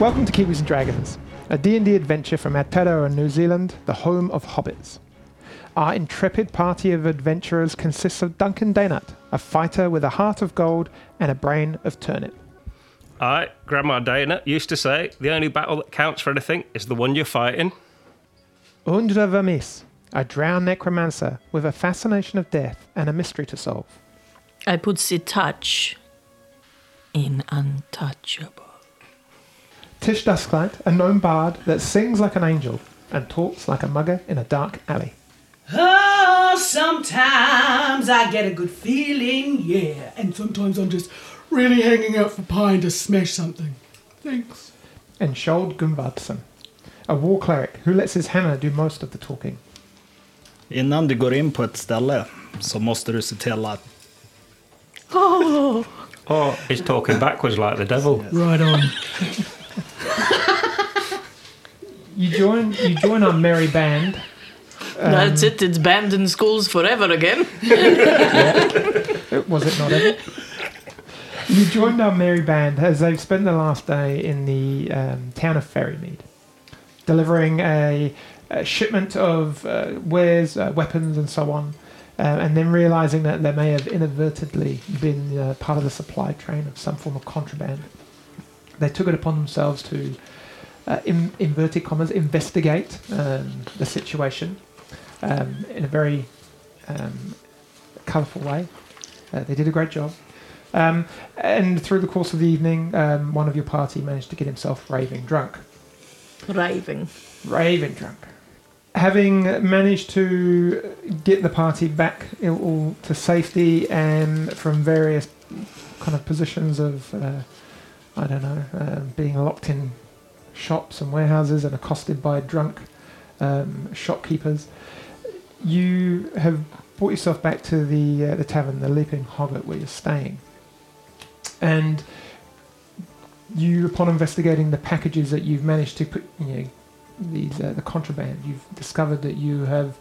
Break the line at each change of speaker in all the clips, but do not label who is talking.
Welcome to Kiwis and Dragons, a D&D adventure from Aotearoa, New Zealand, the home of hobbits. Our intrepid party of adventurers consists of Duncan Daynut, a fighter with a heart of gold and a brain of turnip.
I, Grandma Dana, used to say the only battle that counts for anything is the one you're fighting.
Undra Vermis, a drowned necromancer with a fascination of death and a mystery to solve.
I put the touch in untouchable.
Tish Dusklight, a gnome bard that sings like an angel and talks like a mugger in a dark alley.
Oh, sometimes I get a good feeling, yeah. And sometimes I'm just really hanging out for pie and to smash something. Thanks.
And Shold Gunvardsson, a war cleric who lets his hammer do most of the talking.
Innan du går in på ett ställe så måste du se till att
Oh.
Or is talking backwards like the devil.
Right on.
You join, you join our merry band
That's it, it's banned in schools forever again.
It- was it not ever? you joined our merry band as they've spent the last day in the um, town of Ferrymead, delivering a, a shipment of uh, wares, uh, weapons, and so on, uh, and then realizing that they may have inadvertently been uh, part of the supply train of some form of contraband. They took it upon themselves to, uh, in, inverted commas, investigate um, the situation um, in a very um, colourful way. Uh, they did a great job. Um, and through the course of the evening, um, one of your party managed to get himself raving drunk.
Raving.
Raving drunk. Having managed to get the party back all to safety and from various kind of positions of, uh, I don't know, uh, being locked in shops and warehouses and accosted by drunk um, shopkeepers, you have brought yourself back to the uh, the tavern, the Leaping Hobbit, where you're staying, and you, upon investigating the packages that you've managed to put, you know, these uh, the contraband, you've discovered that you have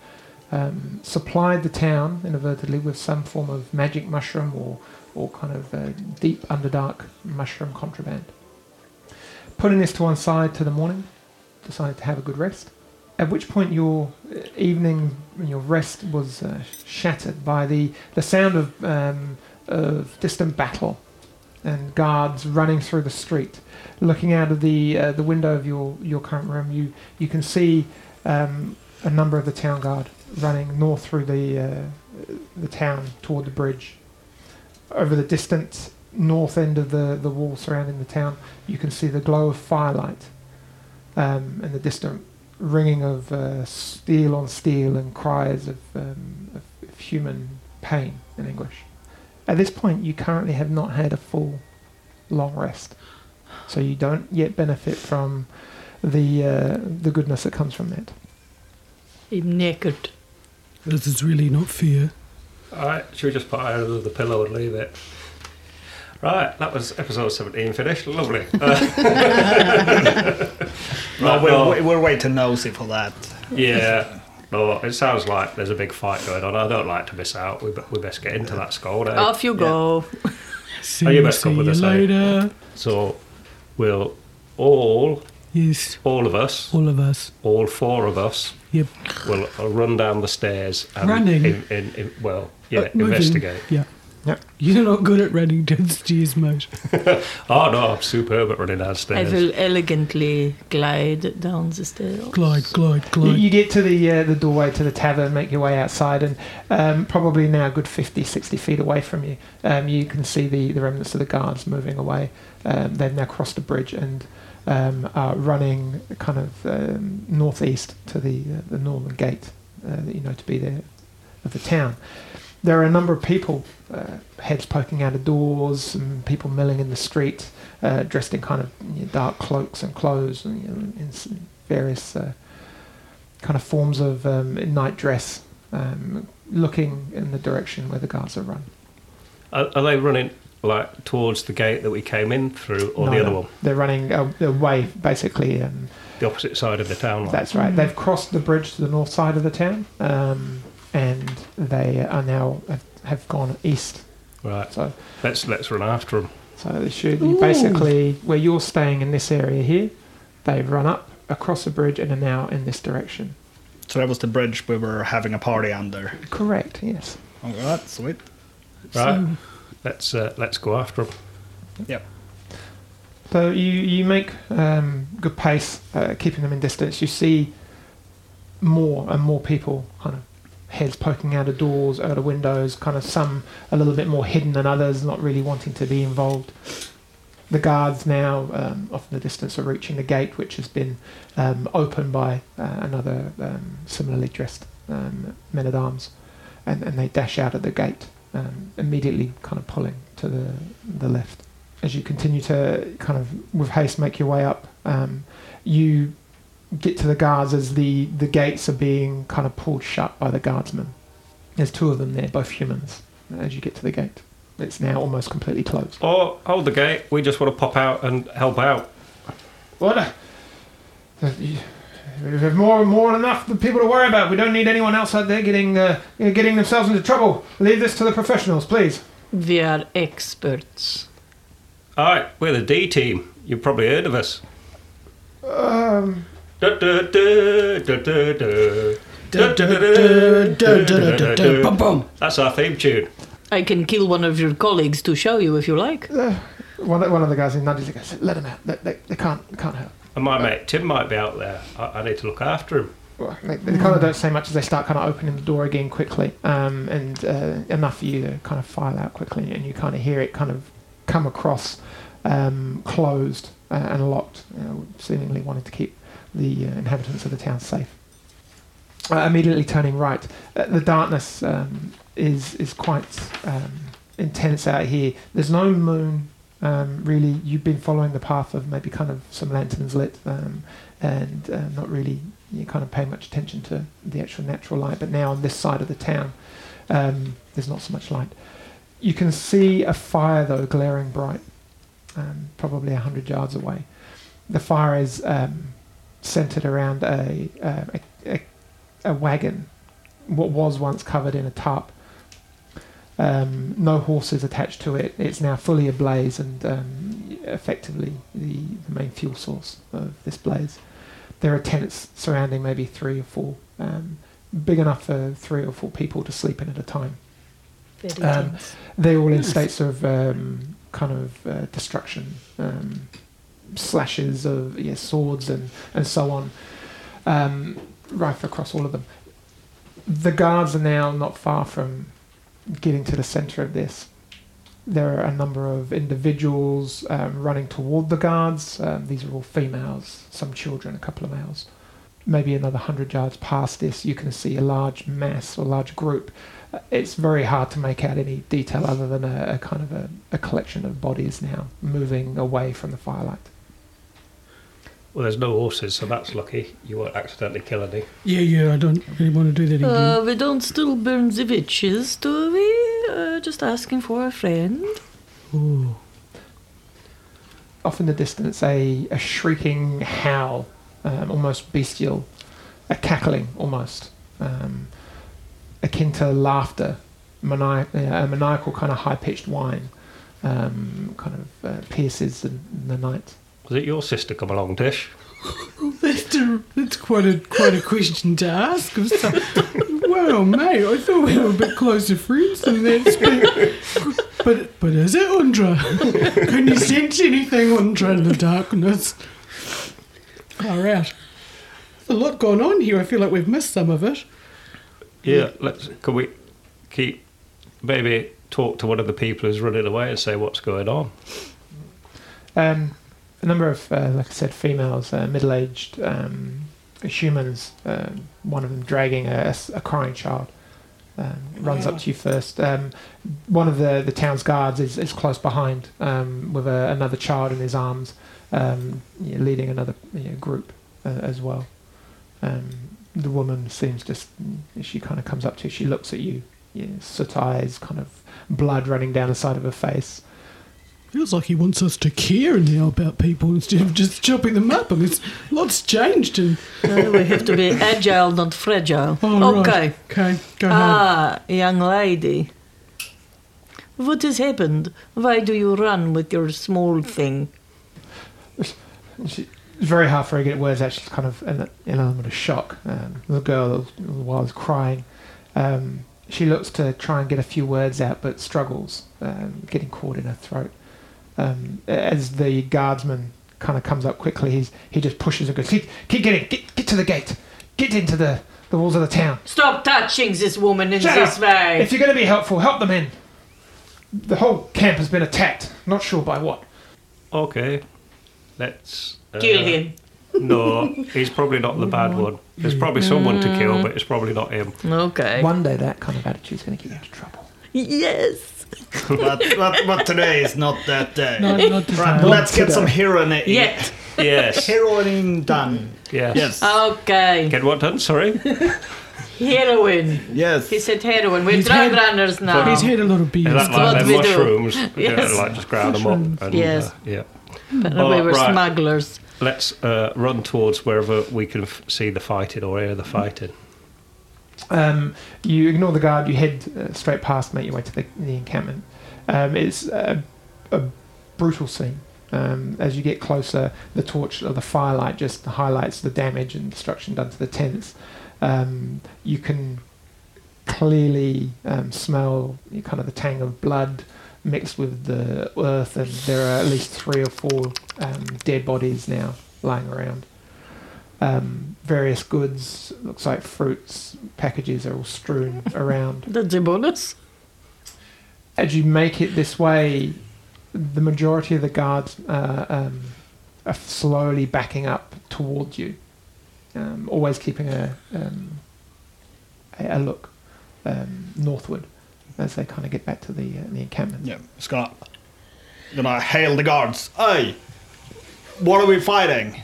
um, supplied the town inadvertently with some form of magic mushroom or or kind of uh, deep underdark mushroom contraband. Putting this to one side to the morning, decided to have a good rest. At which point your uh, evening, your rest was uh, shattered by the, the sound of, um, of distant battle and guards running through the street. Looking out of the, uh, the window of your, your current room, you, you can see um, a number of the town guard running north through the, uh, the town toward the bridge. Over the distant north end of the, the wall surrounding the town, you can see the glow of firelight um, and the distant ringing of uh, steel on steel and cries of, um, of- of human pain and anguish. At this point, you currently have not had a full long rest, so you don't yet benefit from the uh, the goodness that comes from that.
I'm naked.
This is really not fair.
Alright, should we just put it under the pillow and leave it? Right, that was episode 17 finished. Lovely. Uh,
no,
Right,
we're,
no.
we're way too nosy for that.
yeah. No, it sounds like there's a big fight going on. I don't like to miss out. We, be- we best get into that score now.
Off you go.
See,
Oh, you
you,
must come
see
with
you
us, eh?
later.
So we'll all,
Yes,
all of us,
all of us.
all four of us,
Yep.
will uh, run down the stairs and
Running?
In, in, in, well, yeah,
Uh, moving.
investigate.
Yeah.
Yep.
You're not good at running downstairs, mate.
Oh no, I'm superb at running
I
downstairs.
will elegantly glide down the stairs.
Glide, glide,
You,
glide.
you get to the uh, the doorway to the tavern, make your way outside, and um, probably now a good 50, 60 feet away from you, um, you can see the, the remnants of the guards moving away. Um, they've now crossed the bridge and um, are running kind of um, northeast to the uh, the northern gate uh, that you know to be there of the town. There are a number of people, uh, heads poking out of doors, and people milling in the street, uh, dressed in kind of you know, dark cloaks and clothes, and you know, in s- various uh, kind of forms of um, night dress, um, looking in the direction where the guards are run.
Are, are they running like towards the gate that we came in through, or
No,
the other
no.
one,
They're running a- away, basically. Um,
the opposite side of the town? Like?
that's right. They've crossed the bridge to the north side of the town, um, and they are now have, have gone east.
Right.
So
Let's let's run after them.
So they should you basically where you're staying in this area here, they've run up across a bridge and are now in this direction.
So that was the bridge we were having a party under.
Correct. Yes.
All right, sweet.
Right. Let's uh, let's go after them.
Yep.
So you you make um, good pace, uh, keeping them in distance. You see more and more people, kind of heads poking out of doors, out of windows. Kind of some a little bit more hidden than others, not really wanting to be involved. The guards now, um, off in the distance, are reaching the gate, which has been um, opened by uh, another um, similarly dressed um, men at arms, and, and they dash out of the gate um, immediately, kind of pulling to the the left as you continue to kind of with haste make your way up, um, you get to the guards as the, the gates are being kind of pulled shut by the guardsmen. There's two of them there, both humans, as you get to the gate. It's now almost completely closed.
Or Oh, hold the gate. We just want to pop out and help out.
What? Uh, We have more, more than enough people to worry about. We don't need anyone else out there getting, uh, getting themselves into trouble. Leave this to the professionals, please.
We are experts.
All right, we're the D team. You've probably heard of us.
Um,
Da, da, da, da, da, da. Da, da, da, da, da, da, da, da.
Boom, boom.
That's our theme tune.
I can kill one of your colleagues to show you if you like.
one, of- one of the guys in nudges the guy, said, let them out. They, they, they can't, they can't hurt.
And my mate Tim might be out there. I, I need to look after him.
Well, they, they kind of don't say much as they start kind of opening the door again quickly, um, and uh, enough for you to kind of file out quickly, and you kind of hear it kind of come across um, closed uh, and locked, you know, seemingly wanting to keep the uh, inhabitants of the town safe. Uh, immediately turning right, uh, the darkness um, is is quite um, intense out here. There's no moon. Um, really, you've been following the path of maybe kind of some lanterns lit, um, and uh, not really you kind of pay much attention to the actual natural light. But now on this side of the town, um, there's not so much light. You can see a fire though glaring bright, um, probably hundred yards away. The fire is um, centered around a, uh, a, a a wagon, what was once covered in a tarp. Um, no horses attached to it. It's now fully ablaze and um, effectively the, the main fuel source of this blaze there are tents surrounding maybe three or four, um, big enough for three or four people to sleep in at a time.
Very
Um,
tense.
They're all in states of um, kind of uh, destruction, um, slashes of yeah, swords and, and so on, um, rife across all of them. The guards are now not far from getting to the centre of this. There are a number of individuals um, running toward the guards. Um, these are all females, some children, a couple of males. Maybe another hundred yards past this, you can see a large mass or large group it's very hard to make out any detail other than a, a kind of a, a collection of bodies now moving away from the firelight.
Well, there's no horses, so that's lucky. You won't accidentally kill any.
Yeah, yeah, I don't really want to do that again.
Uh, we don't still burn the witches, do we? Uh, just asking for a friend.
Ooh.
Off in the distance, a, a shrieking howl, um, almost bestial, a cackling almost, um, akin to laughter, mani- uh, a maniacal kind of high pitched whine, um, kind of uh, pierces the, the night.
Was it your sister come along, Dish?
That's, a, that's quite a quite a question to ask. Of some, well, mate, I thought we were a bit closer friends than that. But but, but is it, Undra? Can you sense anything, Undra, in the darkness? Far out. There's a lot going on here. I feel like we've missed some of it.
Yeah, let's. Can we keep maybe talk to one of the people who's running away and say what's going on?
Um, a number of, uh, like I said, females, uh, middle-aged um, humans. Um, one of them dragging a, a s- a crying child um, runs up to you first. Um, one of the, the town's guards is, is close behind um, with a, another child in his arms, um, you know, leading another you know, group uh, as well. Um, the woman seems just she kind of comes up to you. She looks at you, you know, soot eyes, kind of blood running down the side of her face.
Feels like he wants us to care now about people instead of just chopping them up. I mean, it's, lots changed. And
Uh, we have to be agile, not fragile.
oh, right.
okay.
okay, go home.
Ah, young lady. Ah, What has happened? Why do you run with your small thing?
She's very hard for her to get words out. She's kind of in a, in a little bit of shock. Um, the girl, that was- while I was crying, um, she looks to try and get a few words out, but struggles, um, getting caught in her throat. Um, as the guardsman kind of comes up quickly, he's, he just pushes her. Goes, keep, keep getting, get, get to the gate, get into the, the walls of the town.
Stop touching this woman in
Shut
this
up!
way.
If you're going to be helpful, help them in. The whole camp has been attacked. Not sure by what.
Okay, let's uh,
Kill him.
No, he's probably not the bad one. There's probably someone to kill, but it's probably not him.
Okay.
One day, that kind of attitude's going to get you into trouble.
Yes.
but, but, but today is not that day.
No, not this
Right,
time.
let's get
today.
some heroine.
Yet.
Yes.
Heroine done.
yes.
Yes.
Um, Okay.
Get what done? Sorry.
Heroin.
Yes.
He said heroin. We're
He's
drug
had-
runners now.
He's had a lot of
Is
beers.
that
what
like them
we do.
mushrooms?
Yes.
Yeah, like just ground them up. And,
Yes.
uh, yeah.
But
Oh,
we were
right.
smugglers.
Let's uh, run towards wherever we can f- see the fighting or hear the fighting.
Um, you ignore the guard, you head uh, straight past, make your way to the, the encampment. Um, it's a, a brutal scene. Um, as you get closer, the torch or the firelight just highlights the damage and destruction done to the tents. Um, you can clearly um, smell kind of the tang of blood mixed with the earth, and there are at least three or four um, dead bodies now lying around. Um, various goods, looks like fruits, packages are all strewn around.
That's a bonus.
As you make it this way, the majority of the guards uh, um, are slowly backing up towards you, um, always keeping a, um, a, a look um, northward as they kind of get back to the, uh, the encampment.
Yeah, it's gonna gonna hail the guards. Hey, what are we fighting?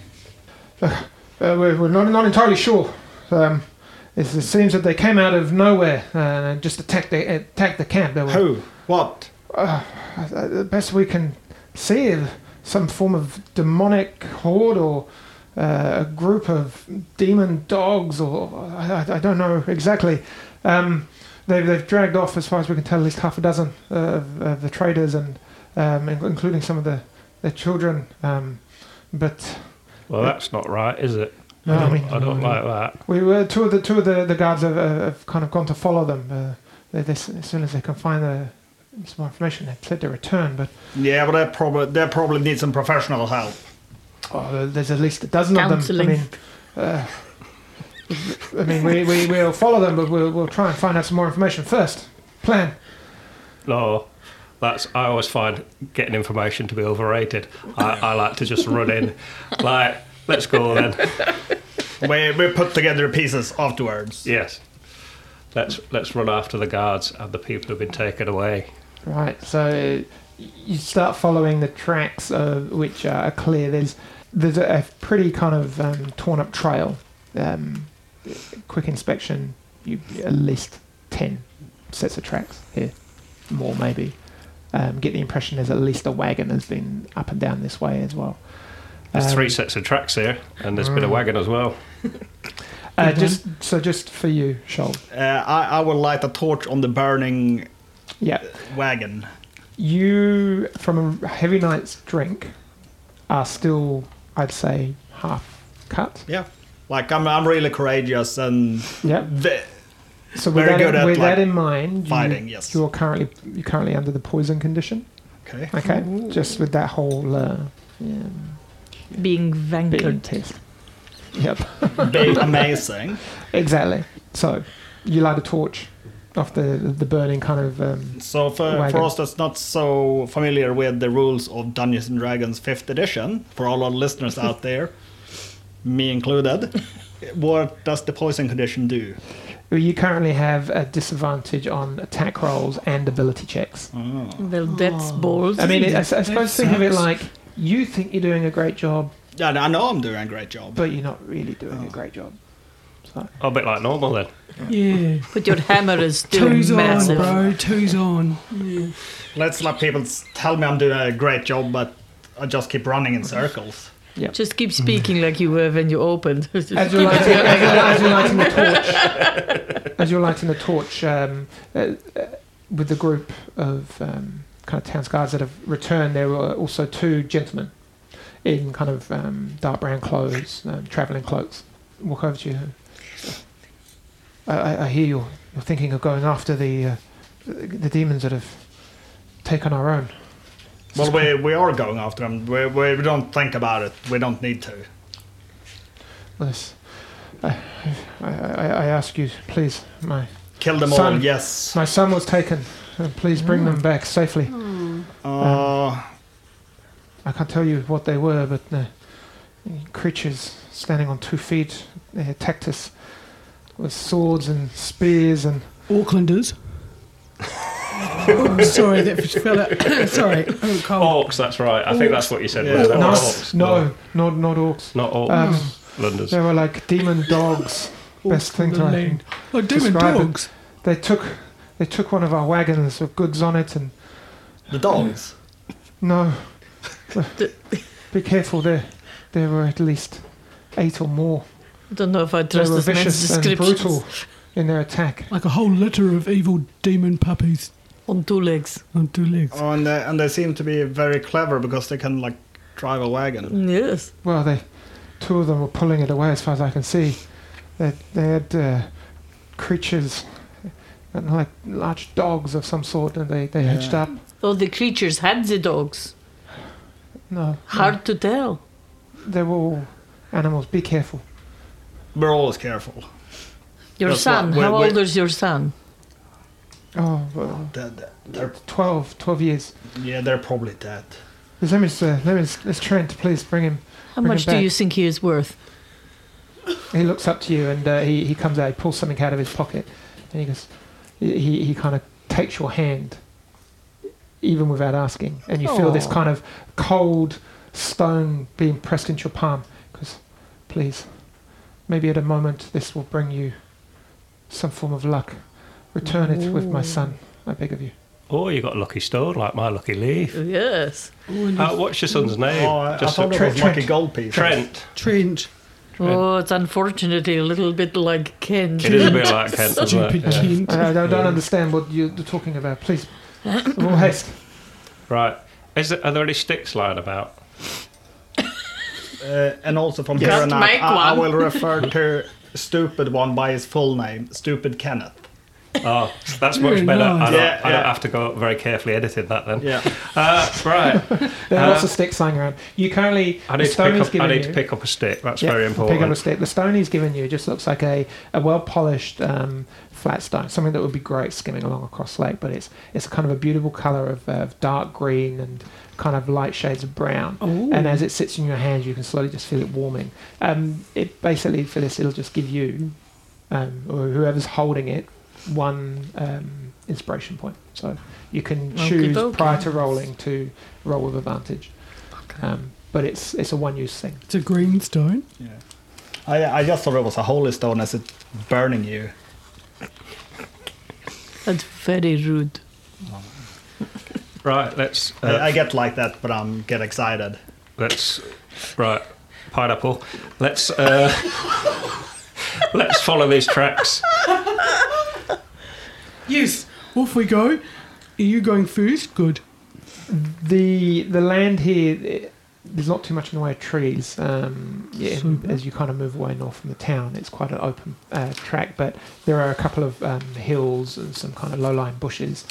Uh, we're we're not, not entirely sure. Um, it's- it seems that they came out of nowhere uh, and just attacked the, attacked the camp. They were-
Who? What?
Uh, the best we can see is some form of demonic horde or uh, a group of demon dogs, or I, I- I don't know exactly. Um, they've, they've dragged off, as far as we can tell, at least half a dozen uh, of, of the traders, and um, in- including some of the their children. Um, but
Well, that's not right, is it?
No, I mean-
I don't like that.
we were two of the two of the, the guards have, uh, have kind of gone to follow them. Uh, they, they, as soon as they can find the, some more information, they said they return, but.
Yeah, but they probably they probably need some professional help.
Oh, there- there's at least a dozen
Counselling.
of them. I mean, uh, I mean, we, we we'll follow them, but we'll we'll try and find out some more information first. Plan.
No, that's. I always find getting information to be overrated. I, I like to just run in, like, let's go then.
We we put together pieces afterwards.
Yes. Let's let's run after the guards and the people who've been taken away.
Right. So you start following the tracks, of, which are clear. There's there's a, a pretty kind of um, torn up trail. Um, quick inspection. You at least ten sets of tracks here, more maybe. Um, get the impression there's at least a wagon has been up and down this way as well.
There's
Um,
three sets of tracks here, and there's been a wagon as well.
Uh,
Good
just so, just for you, Shoal.
Uh, I I will light a torch on the burning
Yeah,
wagon.
you from a heavy night's drink are still, I'd say, half cut.
Yeah, like I'm I'm really courageous and
Yeah.
the,
So with, that,
Very good at,
with that
like,
in mind, you-
fighting, yes.
you're currently you're currently under the poison condition.
okay.
Okay, just with that whole uh, yeah,
Being
being
vanquished.
test. Yep.
Be amazing.
exactly. So you light a torch off the the burning kind of. Um,
So for,
Wagon.
for us that's not so familiar with the rules of Dungeons and Dragons 5th edition, for all our listeners out there, me included, what does the poison condition do?
you currently have a disadvantage on attack rolls and ability checks.
Well, that's balls.
I mean, I, I
That-
suppose
that
think of it
sucks.
like you think you're doing a great job,
Yeah, I know I'm doing a great job.
but you're not really doing a great job. So
A bit like normal then.
Yeah.
but your hammer is still
Two's on,
massive.
bro. Two's on.
Let's let people s- tell me I'm doing a great job, but I just keep running in circles.
Just keep speaking like you were when you opened.
as you're lighting, as you're, as you're lighting the torch, as you're lighting the torch, um, uh, uh, with the group of um, kind of town's guards that have returned, there were also two gentlemen in kind of um, dark brown clothes, um, travelling cloaks. Walk over to you. I, I, I hear you're, you're thinking of going after the uh, the demons that have taken our own.
Well, we, we are going after them. We, we, we don't think about it. We don't need to.
This, I, I, I, I ask you, please, my
Kill them
Son.
all, yes.
my son was taken. Uh, please bring them back safely.
Uh,
I can't tell you what they were, but the creatures standing on two feet, they attacked us with swords and spears and
Aucklanders. oh, sorry, that fell out. sorry. Oh, cold.
Orcs, that's right. I think that's what you said.
Yeah.
wasn't it?
no,
Orcs.
no, not not orcs.
Not orcs.
Um,
Londoners.
They were like demon dogs. Best thing to
Auckland. Oh, demon
Describe it.
dogs.
They took they took one of our wagons with goods on it, and
the dogs.
no, be careful. There, there were at least eight or more.
I don't know if I
They
trust
were
this man's
vicious and
description.
brutal in their attack.
Like a whole litter of evil demon puppies
On two legs.
on two legs.
Oh, and, they, and they seem to be very clever because they can, like, drive a wagon.
Yes.
Well, they, two of them were pulling it away, as far as I can see. They, they had uh, creatures, and like large dogs of some sort, and they, they
Yeah.
hitched up.
So the creatures had the dogs.
No,
Hard to tell.
they were all animals. Be careful.
We're always careful.
Your
That's
son.
what- wait,
how
wait.
old is your son?
Oh, well,
They're, they're,
12, 12 years.
yeah, they're probably dead.
Let me, uh, let me, let's Trent, please bring him.
How
Bring
much
him
do
back.
you think he is worth?
He looks up to you, and uh, he, he comes out. He pulls something out of his pocket, and he goes. He he- he kind of takes your hand, even without asking, and you feel this
Aw.
kind of cold stone being pressed into your palm. Because, please, maybe at a moment this will bring you some form of luck. Return it with my son, I beg of you.
Oh, you got a lucky stone like my lucky leaf.
Yes.
Oh,
Uh, what's your son's name?
Oh, I, I
Just
thought
a-
it was
Trent.
like a gold piece.
Trent.
Trench.
Oh, it's unfortunately a little bit like Ken.
It is a bit like Kent, isn't it?
Stupid
Yeah.
Kent.
I, I don't, don't understand what you're talking about. Please, all haste.
Right. Is there, are there any sticks lying about?
Uh, and also from
Yes.
here on out,
Make
I, I
one.
will refer to stupid one by his full name, stupid Kenneth.
Oh, that's much
Very
better. I,
nice.
don't,
Yeah,
I don't
yeah.
have to go very carefully edited that then.
Yeah,
Uh, right.
There are
Uh,
lots of sticks lying around. You currently
I need,
the
to
stone
pick,
is
up, I
given
need
you-
to pick up a stick. That's
Yeah,
very
I'll Pick up a
important.
stick. The stone he's given you just looks like a, a well polished um, flat stone, something that would be great skimming along across the lake, but it's it's kind of a beautiful colour of, of dark green and kind of light shades of brown.
Oh,
And as it sits in your hand, you can slowly just feel it warming. Um, it basically for this, it'll just give you um, or whoever's holding it one um, inspiration point. So you can choose
Okey-dokey.
prior to rolling to roll with advantage. Um, but it's it's a one use thing.
It's a green stone.
yeah. I, I just thought it was a holy stone as it's burning you.
That's very rude.
Right, let's. Uh,
I, I get like that, but I'm get excited.
Let's right, pineapple. Let's uh, let's follow these tracks.
Yes. Off we go. Are you going first? Good.
the the land here eh, there's not too much in the way of trees um, yeah, and
Super.
as you kind of move away north from the town it's quite an open uh, track but there are a couple of um, hills and some kind of low-lying bushes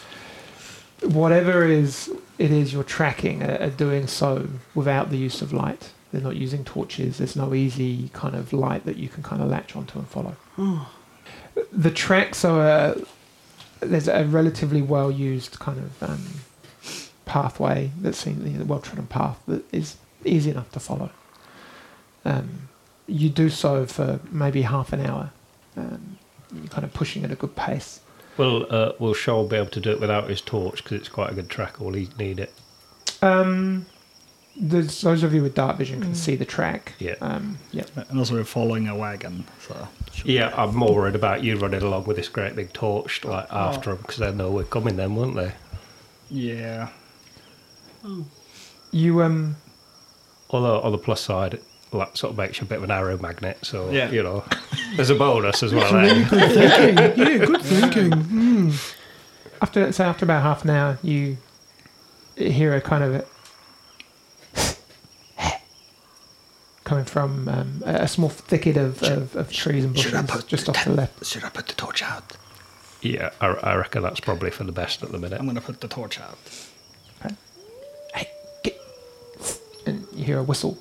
whatever is it is you're tracking are, are doing so without the use of light they're not using torches there's no easy kind of light that you can kind of latch onto and follow the tracks are uh, there's a relatively well used kind of um, pathway that seems you know, well trodden path that is easy enough to follow. Um, you do so for maybe half an hour, um, you're kind of pushing at a good pace.
Will uh, Will Shoal be able to do it without his torch? Because it's quite a good track. Or will he need it?
Um, there's, those of you with dark vision can see the track.
Yeah.
Um, yeah.
And also we're following a wagon, so
Yeah, I'm more worried about you running along with this great big torch like
Oh.
after him because they know we're coming. Then, won't they?
yeah.
You um.
Although on the plus side, it like, sort of makes you a bit of an arrow magnet. So
Yeah.
you know, there's a bonus as well.
Really
there.
good thinking. Yeah, good thinking. Mm.
after so after about half an hour, you hear a kind of a coming from um, a a small thicket of, of, of trees and bushes just off the left.
Should I put the torch out?
Yeah, I, I reckon that's probably for the best at the minute.
I'm going to put the torch out.
Hey, get, and you hear a whistle.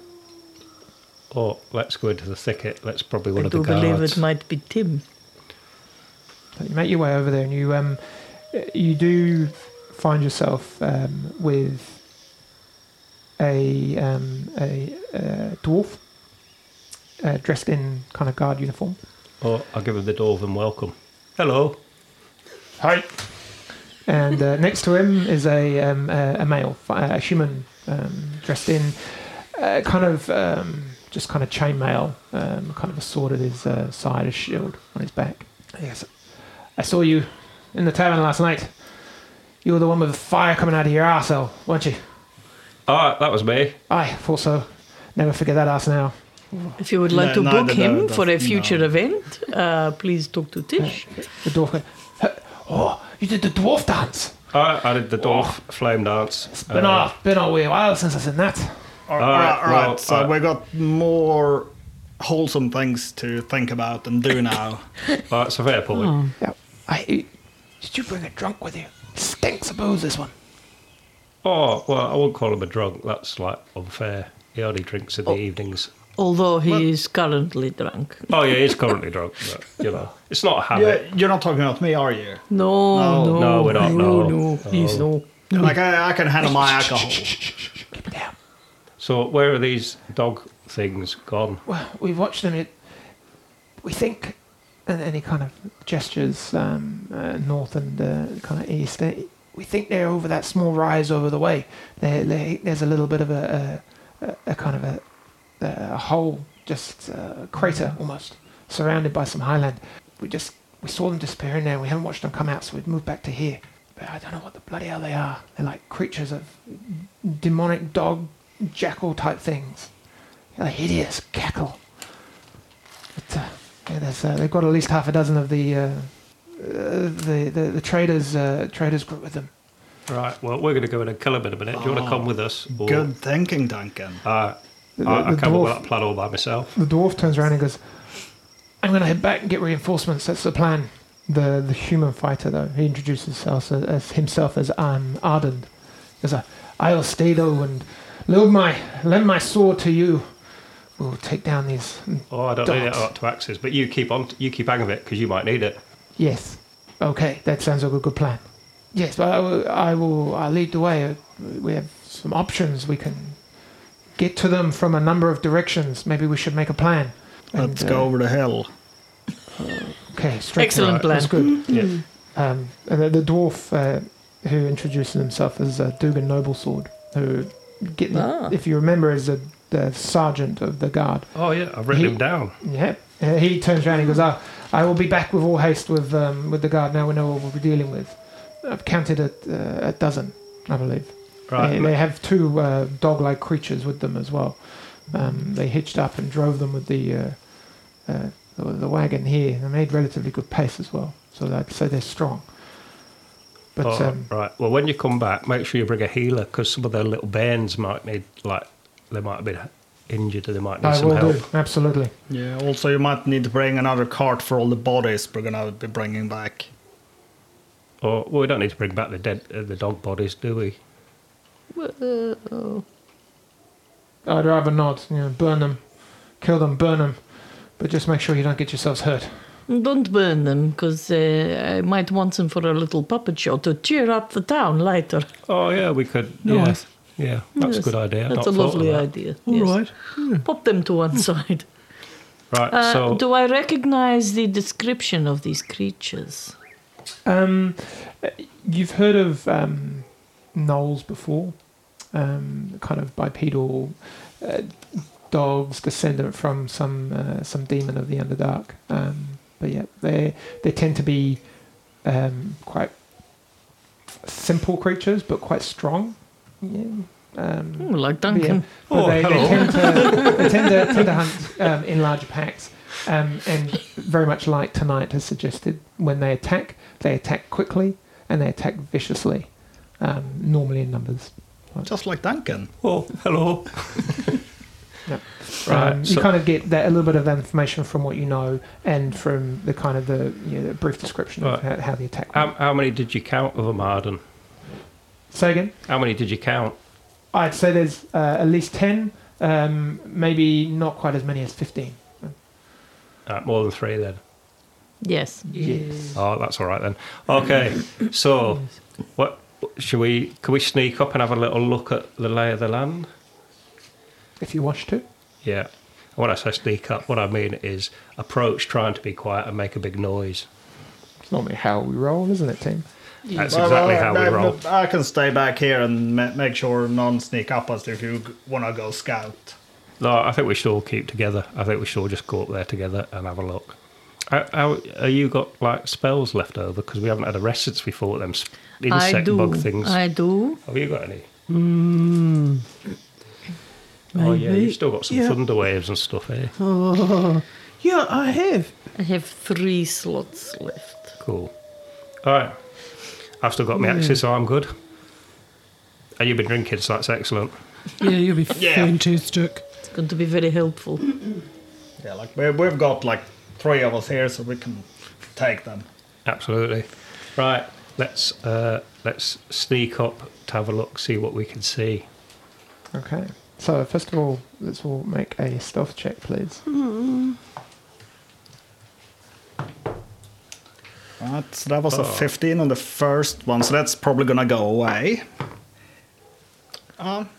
Or Oh, let's go into the thicket. Let's probably one
I
of the
do believe it
guards.
might be Tim.
But you make your way over there, and you um, you do find yourself um, with a um, a, uh dwarf uh, dressed in kind of guard uniform.
Or Oh, I'll give him the Dwarven welcome. Hello.
Hi.
and uh, next to him is a um, a, a male, fi- a human um, dressed in uh, kind of um, just kind of chainmail, um, kind of a sword at his uh, side, a shield on his back. Yes, I saw you in the tavern last night. You were the one with the fire coming out of your arsehole, weren't you?
Ah, that was me.
I thought so. Never forget that arse now.
If you would like
No,
to
neither
book
do-
him
does-
for
no.
a future event, uh, please talk to Tish.
The dwarf went, "Huh, Oh, you did the dwarf dance.
Ah, I did the dwarf flame dance. Uh,
It's been, a, been a wee while since I've seen that.
All
All
right,
right,
all right.
well,
so
uh,
we got more wholesome things to think about and do now.
Ah, that's a fair point.
Yeah. I, did you bring a drunk with you? Stinks of booze, this one.
Oh, well, I won't call him a drunk. That's like unfair. He only drinks in
Oh.
the evenings.
Although he is currently drunk.
Oh, yeah, he's currently drunk, but, you know, it's not a
you're,
habit.
you're not talking about me, are you?
No,
No,
no,
no, we're not, no,
No, no,
no.
please no.
Like, I, I can handle my alcohol.
Keep it down.
So, where are these dog things gone?
Well, we watched them. It, we think, and any kind of gestures um, uh, north and uh, kind of east. eh, we think they're over that small rise over the way. There, there- there's a little bit of a, a, a- a kind of a, a hole, just a crater almost, surrounded by some highland. We just we saw them disappear in there. and We haven't watched them come out, so we've moved back to here. But I don't know what the bloody hell they are. They're like creatures of demonic dog, jackal type things. A hideous cackle. But, uh, yeah, there's, uh, they've got at least half a dozen of the uh, uh, the, the the traders uh, traders group with them.
Right, well, we're going to go in and kill him in a minute. Do you
Oh.
want to come with us? Or,
Good thinking, Duncan.
Ah,
The-
I, I
the
came up with
dwarf-
that plan all by myself.
The dwarf turns around and goes, "I'm going to head back and get reinforcements. That's the plan." The the human fighter though he introduces himself as, as himself as um, Arden. He goes, "I'll stay though and load my lend my sword to you. We'll take down these."
Oh, I don't need it
Dogs.
up to axes, but you keep on, you keep hang of it because you might need it.
Yes. Okay, that sounds like a good plan. Yes, but I will. I will I'll lead the way. We have some options. We can get to them from a number of directions. Maybe we should make a plan. And,
Let's
uh,
go over the hill.
Okay, straight to-
Excellent plan. Mm-hmm.
That's good.
Yeah.
Um, and the, the dwarf uh, who introduces himself as uh, Dugan Noblesword, who, get,
Ah.
if you remember, is a, the sergeant of the guard.
Oh, yeah, I've written
He-
him down.
Yeah. Uh, he turns around and goes, oh, I will be back with all haste with um, with the guard. Now we know what we're dealing with. I've counted a, uh, a dozen, I believe.
Right,
They, they have two uh, dog-like creatures with them as well. Um, they hitched up and drove them with the, uh, uh, the the wagon here. They made relatively good pace as well, so I'd say they're strong. But
Oh,
um,
right. Well, when you come back, make sure you bring a healer because some of their little bairns might need, like, they might have been injured and they might need
I
some
will
help.
do absolutely.
Yeah, also, you might need to bring another cart for all the bodies we're going to be bringing back.
Or well, we don't need to bring back the dead, uh, the dog bodies, do we?
I'd rather not. You know, burn them, kill them, burn them, but just make sure you don't get yourselves hurt.
Don't burn them, because uh, I might want them for a little puppet show to cheer up the town later.
Oh yeah, we could.
Nice.
Yeah, yeah, that's
Yes,
a good idea.
That's
Not
a
thought of
lovely
that.
idea.
All
yes.
right.
Pop them to one side.
Right.
Uh,
so
do I recognize the description of these creatures?
Um, uh, you've heard of um, gnolls before, um, kind of bipedal uh, dogs descendant from some uh, some demon of the Underdark. Um, but yeah, they they tend to be um, quite simple creatures, but quite strong. Yeah. Um,
Hmm, like
but yeah,
Duncan.
but
Oh,
they, they
hello.
tend to they tend to, tend to hunt um, in larger packs, um, and very much like tonight has suggested, when they attack, they attack quickly and they attack viciously, um, normally in numbers.
Just like Duncan.
Oh, hello. Right,
Um,
so-
you kind of get that a little bit of information from what you know and from the kind of the, you know, the brief description of
Right.
how, how the attack.
How,
went.
how many did you count of them, Arden?
Say again.
How many did you count?
I'd say there's uh, at least ten, um, maybe not quite as many as fifteen.
Uh, more than three then.
Yes.
Yes.
Oh, that's all right then. Okay, so what should we? Can we sneak up and have a little look at the lay of the land?
If you wish to.
Yeah. And When I say sneak up, what I mean is approach, trying to be quiet and make a big noise.
It's normally how we roll, isn't it, team?
That's exactly how we
I,
roll.
I can stay back here and ma- make sure none sneak up us if you want to go scout.
No, I think we should all keep together. I think we should all just go up there together and have a look. How, how are you got like spells left over? Because we haven't had a rest since we fought them s-
I
insect
do.
bug things.
I do.
Have you got any?
Mm,
Oh yeah,
Maybe.
you've still got some
Yeah.
thunder waves and stuff here.
oh, yeah, I have.
I have three slots left.
Cool. All right, I've still got my
Yeah.
axes, so I'm good. And you've been drinking, so that's excellent.
Yeah, you'll be
Yeah.
fantastic.
It's going to be very helpful.
Yeah, like we, we've got like three of us here, so we can take them.
Absolutely. Right, let's uh, let's sneak up to have a look, see what we can see.
Okay. So first of all, let's all make a stealth check, please.
Right, so that
Oh.
was a 15 on the first one, so that's probably gonna go away. Um,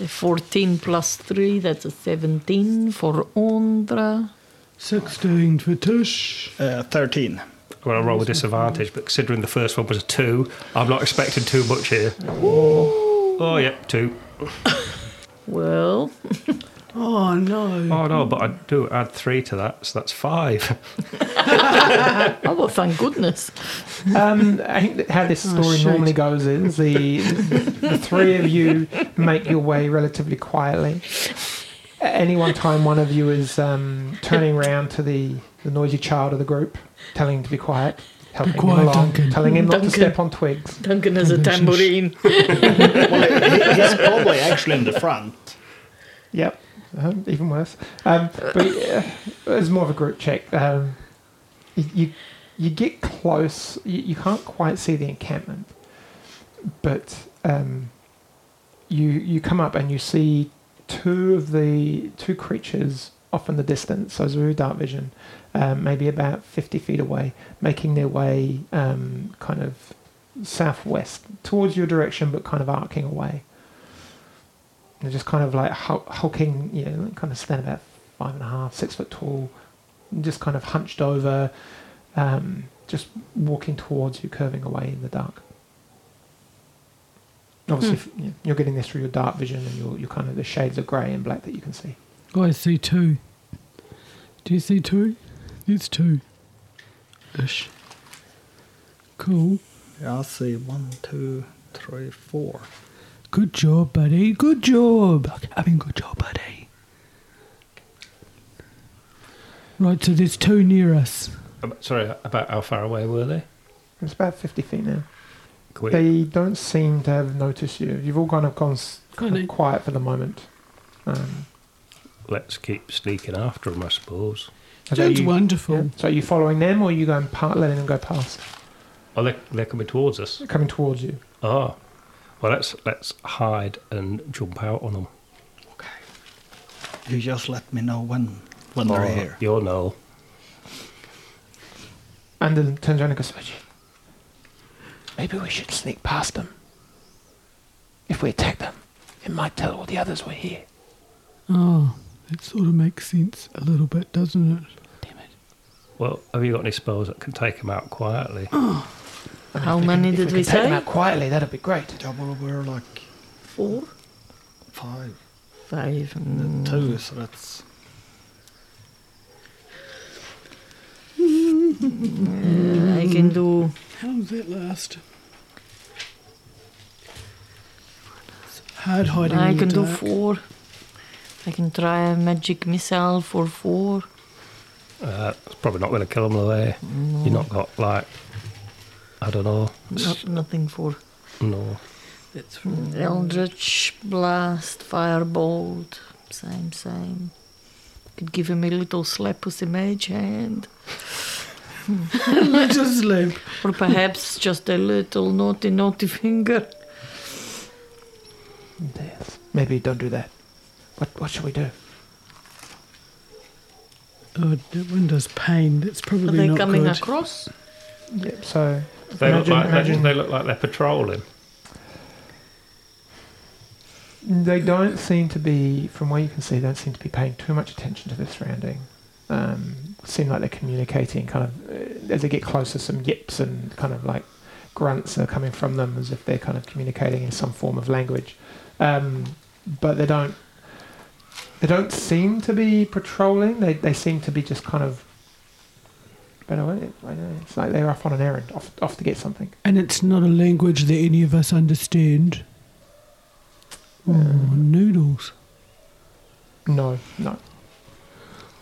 A 14 plus 3, that's a 17 for Ondra.
16 for Tush.
uh, 13.
Well, I roll with disadvantage, but considering the first one was a two, I'm not expecting too much here. Oh, yeah, two.
Well,
Oh, no.
Oh no, but I do add three to that, so that's five.
oh, well, thank goodness.
Um, I think that how this
Oh,
story
shoot.
normally goes is the, the three of you make your way relatively quietly. At any one time, one of you is um, turning round to the, the noisy child of the group, telling him to be quiet, helping
quiet,
him along,
Duncan.
telling him not to
Duncan.
step on twigs.
Duncan has a tambourine.
Well, he- he's probably actually in the front.
Yep, uh, even worse. Um, but uh, it's more of a group check. Um, you, you you get close. You, you can't quite see the encampment, but um, you you come up and you see two of the two creatures off in the distance. So through dark vision, um, maybe about fifty feet away, making their way um, kind of southwest towards your direction, but kind of arcing away. They're just kind of like hul- hulking, you know, kind of stand about five and a half, six foot tall, just kind of hunched over, um, just walking towards you, curving away in the dark. Obviously, if, you know, you're getting this through your dark vision and your, your kind of the shades of grey and black that you can see.
Oh, I see two. Do you see two? There's two. Ish. Cool.
Yeah, I see one, two, three, four.
Good job, buddy. Good job. I mean, good job, buddy. Right, so there's two near us.
Ab- Sorry, about how far away were they?
It's about 50 feet now.
Can we-
They don't seem to have noticed you. You've all kind of gone s- kind
Really?
of quiet for the moment. Um,
Let's keep sneaking after them, I suppose.
are
That's
you- yeah.
wonderful.
So are you following them or are you going part, letting them go past?
Oh, they, they're coming towards us.
They're coming towards you.
Oh, well, let's let's hide and jump out on them.
Okay. You just let me know when when
Oh,
they're here.
You'll know.
And then turns around and goes, "Reggie, maybe we should sneak past them. If we attack them, it might tell all the others we're here.
Oh, that sort of makes sense a little bit, doesn't it? Damn it.
Well, have you got any spells that can take them out quietly?
I mean,
How
if can-
many
if
did
can
we
take them
say?
out quietly, that'd be great.
Yeah, well, we're like
Four,
five,
five,
and
mm,
two, so that's
I can do
How long does that last? Hard hiding.
I
in the
can do
dark.
four. I can try a magic missile for four.
eh? Uh, it's probably not going to kill them away. You've not got like I don't know.
No, nothing for
No.
That's
Eldritch Blast, Firebolt, same, same. Could give him a little slap with the mage hand,
little slip.
or perhaps just a little naughty, naughty finger.
Yes. Maybe don't do that. What what should we do?
Oh, that one does pain. That's
Are
probably
they
not
coming
good.
across?
Yep. So
They
Imagine-
look like
imagine-
they look like they're patrolling.
they don't seem to be, from what you can see, they don't seem to be paying too much attention to their surrounding. Um, seem like they're communicating, kind of uh, as they get closer, some yips and kind of like grunts are coming from them, as if they're kind of communicating in some form of language. Um, but they don't. They don't seem to be patrolling. They they seem to be just kind of. But I don't know, it's like they're off on an errand, off off to get something.
And it's not a language that any of us understand. Oh, noodles.
No, no.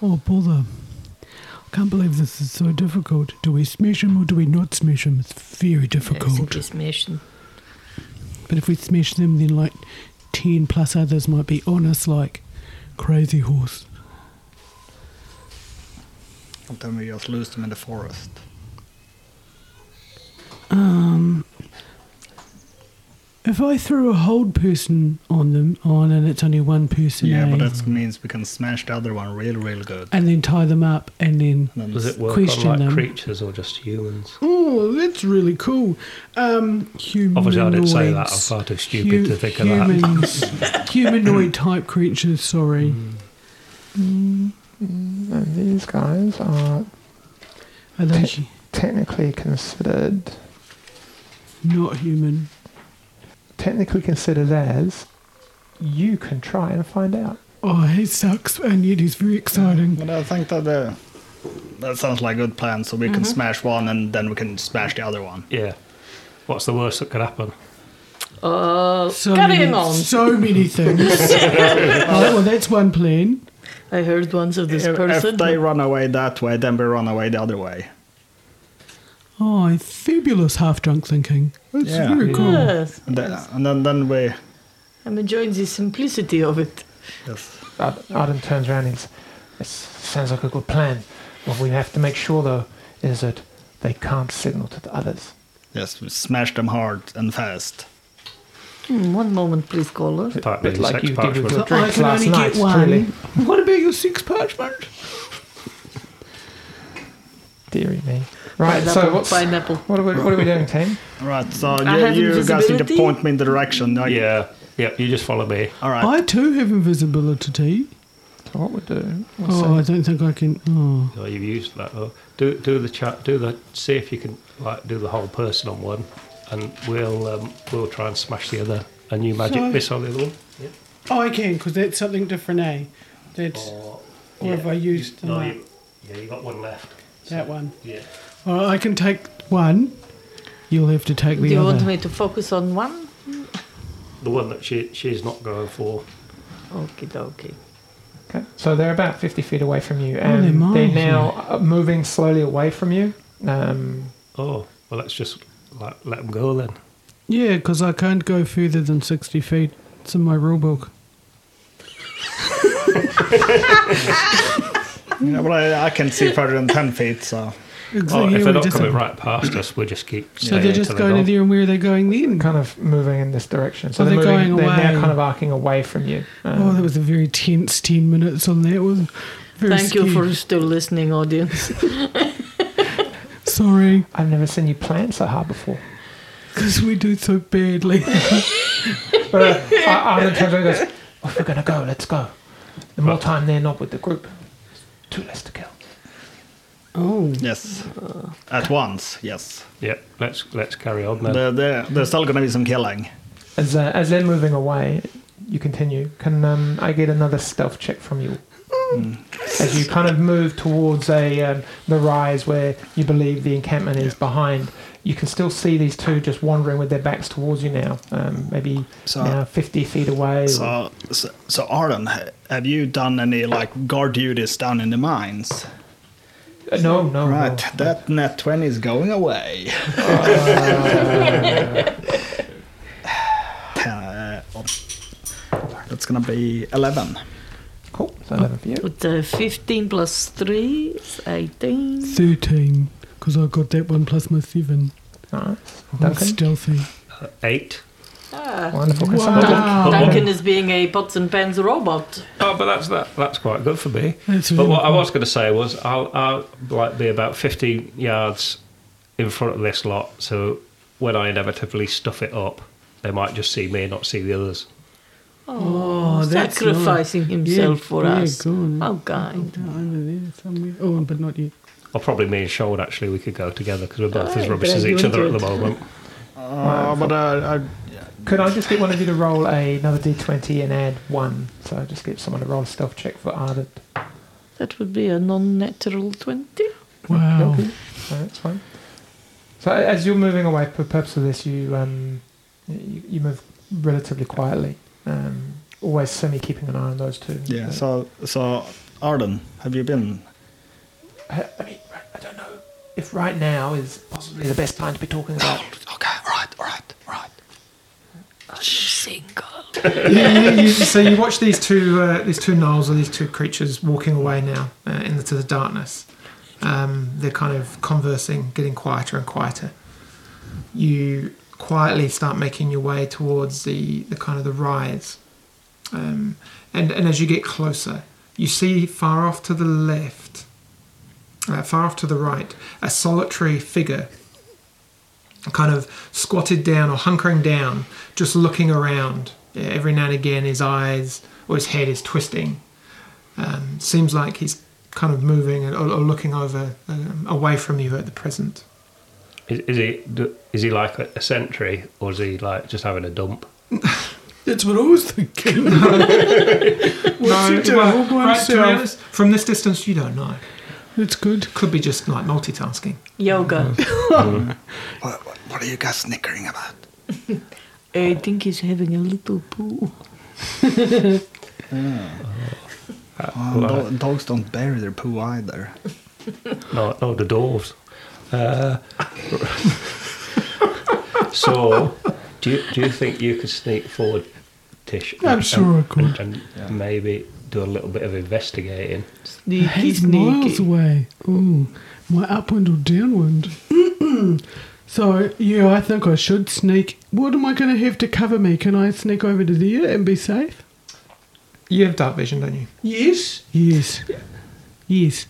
Oh, bother. I can't believe this is so difficult. Do we smash them or do we not smash them? It's very
Yes,
difficult.
it is mission.
But if we smash them, then like 10 plus others might be on us like crazy horse.
And then we just lose them in the forest.
Um, if I threw a hold person on them, on and it's only one person,
Yeah, but
eh?
that means we can smash the other one real, real good.
and then tie them up, and then
And then
Does it work
Question
on like
them.
creatures or just humans?
oh, that's really cool. Um, humanoids.
Obviously, I didn't say that. I'm far too stupid
Hu-
to think of that.
humans, humanoid type creatures. Sorry,
Mm.
And these guys are
are they hu-
technically considered
not human?
technically considered as you can try and find out.
Oh, he sucks, and yet he's very exciting.
But I think that uh, that sounds like a good plan. So
Mm-hmm.
we can smash one, and then we can smash the other one.
Yeah. What's the worst that could happen?
Uh,
So
carry
many,
him on.
So many things. Alright, well, that's one plan.
I heard once of this
If-
person.
If they run away that way, then we run away the other way.
Oh, fabulous half drunk thinking. That's
Yeah.
very cool.
yes,
And then, and then, then we.
I'm enjoying the simplicity of it.
Yes.
Ad- Adam turns around and says, "This sounds like a good plan. What we have to make sure though is that they can't signal to the others.
Yes, we smash them hard and fast.
Hmm, one moment, please, caller.
Apart
bit
from
like
sex
you did with
parchment.
your
But I
drinks
can
last
only
night,
get one.
really.
What about your six parchment?
Deary me. Right, so
Pineapple,
what's, what
pineapple?
are we, what are we doing, team?
Right, so
I have
you, you guys need to
invisibility?
point me in the direction. I-
Yeah. Yep. You just follow me.
All right.
I too have invisibility.
So what we do? We'll
Oh, I don't think I can. Oh.
Oh, you've used that though. Do do the chat. Do the see if you can like do the whole person on one, and we'll um, we'll try and smash the other. And you magic
So-
this on the other one. Yeah.
oh, I can, because that's something different, eh? That's
Or,
Or have I used
Oh, you, no,
that?
you, yeah, you got one left.
that one.
Yeah.
All right, I can take one. You'll have to take
Do
the
you
other.
want me to focus on one?
The one that she she's not going for.
Okay, dokie.
Okay. So they're about 50 feet away from you,
Oh, they're
and
miles
they're now uh, moving slowly away from you. Um,
Oh well, let's just like let them go then.
Yeah, because I can't go further than 60 feet. It's in my rule book.
Oh,
Yeah, but I, I can see further than 10 feet, so.
Oh,
yeah,
if they're
we
not
just-
coming right past us, we just keep.
So they're just going to there, and where are they going then?
kind of moving in this direction. So
Oh,
they're,
they're
moving,
going
they're now
away.
kind of arcing away from you. Um,
Oh, that was a very tense 10 minutes on that one. Very
Thank you for
scary.
still listening, audience.
Sorry,
I've never seen you plan so hard before.
because we do so badly.
But uh, I, I'm in terms of goes, well, if we're going to go, let's go. The more time they're not with the group, two less to kill.
oh.
Yes.
Uh.
At once, yes.
Yep. Let's let's carry on then.
There, there, there's still gonna be some killing.
As, uh, as they're moving away, you continue. Can um, I get another stealth check from you?
Mm.
As you kind of move towards a um, the rise where you believe the encampment is behind, you can still see these two just wandering with their backs towards you now. Um, maybe
So-
now 50 feet away.
So, so, so Arden, ha- have you done any like guard duties down in the mines?
Uh, No, no.
Right,
no.
that net 20 is going away. Uh, that's gonna be 11.
Cool. So 11 for you.
But uh, 15 plus 3 is 18.
13, because I got that one plus my 7.
Alright.
That's
Duncan.
stealthy.
Eight.
Ah.
Wonderful. Can someone-
Wow.
Duncan is being a pots and pans robot.
Oh, but that's that. That's quite good for me.
That's
but
really
what I
cool.
was going to say was I'll, I'll like be about 15 yards in front of this lot, so when I inevitably stuff it up, they might just see me and not see the others.
Oh, that's
Sacrificing himself
Yeah,
for
yeah,
us.
go on.
How kind.
Under there somewhere. Oh, but not yet.
Or probably me and Sean, actually, we could go together because we're both as
Alright,
rubbish
but
as
I
each
don't
other
do
at the
it.
moment.
Uh, but uh,
Could I just get one of you to roll a, another d20 and add one? So just get someone to roll a stealth check for Ardent.
That would be a non natural 20.
Wow.
Okay. No, that's fine. So a- as you're moving away, for the purpose of this, you um, you, you move relatively quietly. Um, always semi keeping an eye on those two.
yeah,
So,
so, so Arden, have you been?
I, I mean, I don't know if right now is possibly the best time to be talking about.
Okay, alright, alright, alright.
I'm single.
yeah, you, you, so you watch these two uh, these two gnolls or these two creatures walking away now uh, into the darkness. Um, they're kind of conversing, getting quieter and quieter. You quietly start making your way towards the, the kind of the rise, um, and and as you get closer, you see far off to the left, uh, far off to the right, a solitary figure kind of squatted down or hunkering down, just looking around. Yeah, every now and again, his eyes or his head is twisting. Um, seems like he's kind of moving or, or looking over um, away from you at the present.
Is, is he d- is he like a, a sentry or is he like just having a dump?
That's what I was thinking. What's he
No,
doing
well,
all by
right, to be
himself?
honest, from this distance, you don't know.
That's good.
Could be just like multitasking.
Yoga.
What, what are you guys snickering about?
I think he's having a little poo.
Uh,
Oh, do- dogs don't bury their poo either.
No, no, the doors. Uh, so, do you, do you think you could sneak forward, Tish?
I'm sure I could.
And, and maybe do a little bit of investigating.
Sneaky,
He's miles
sneaky.
away. Ooh, my upwind or downwind. so, yeah, I think I should sneak. What am I going to have to cover me? Can I sneak over to there and be safe?
You have dark vision, don't you?
Yes. Yes. Yes.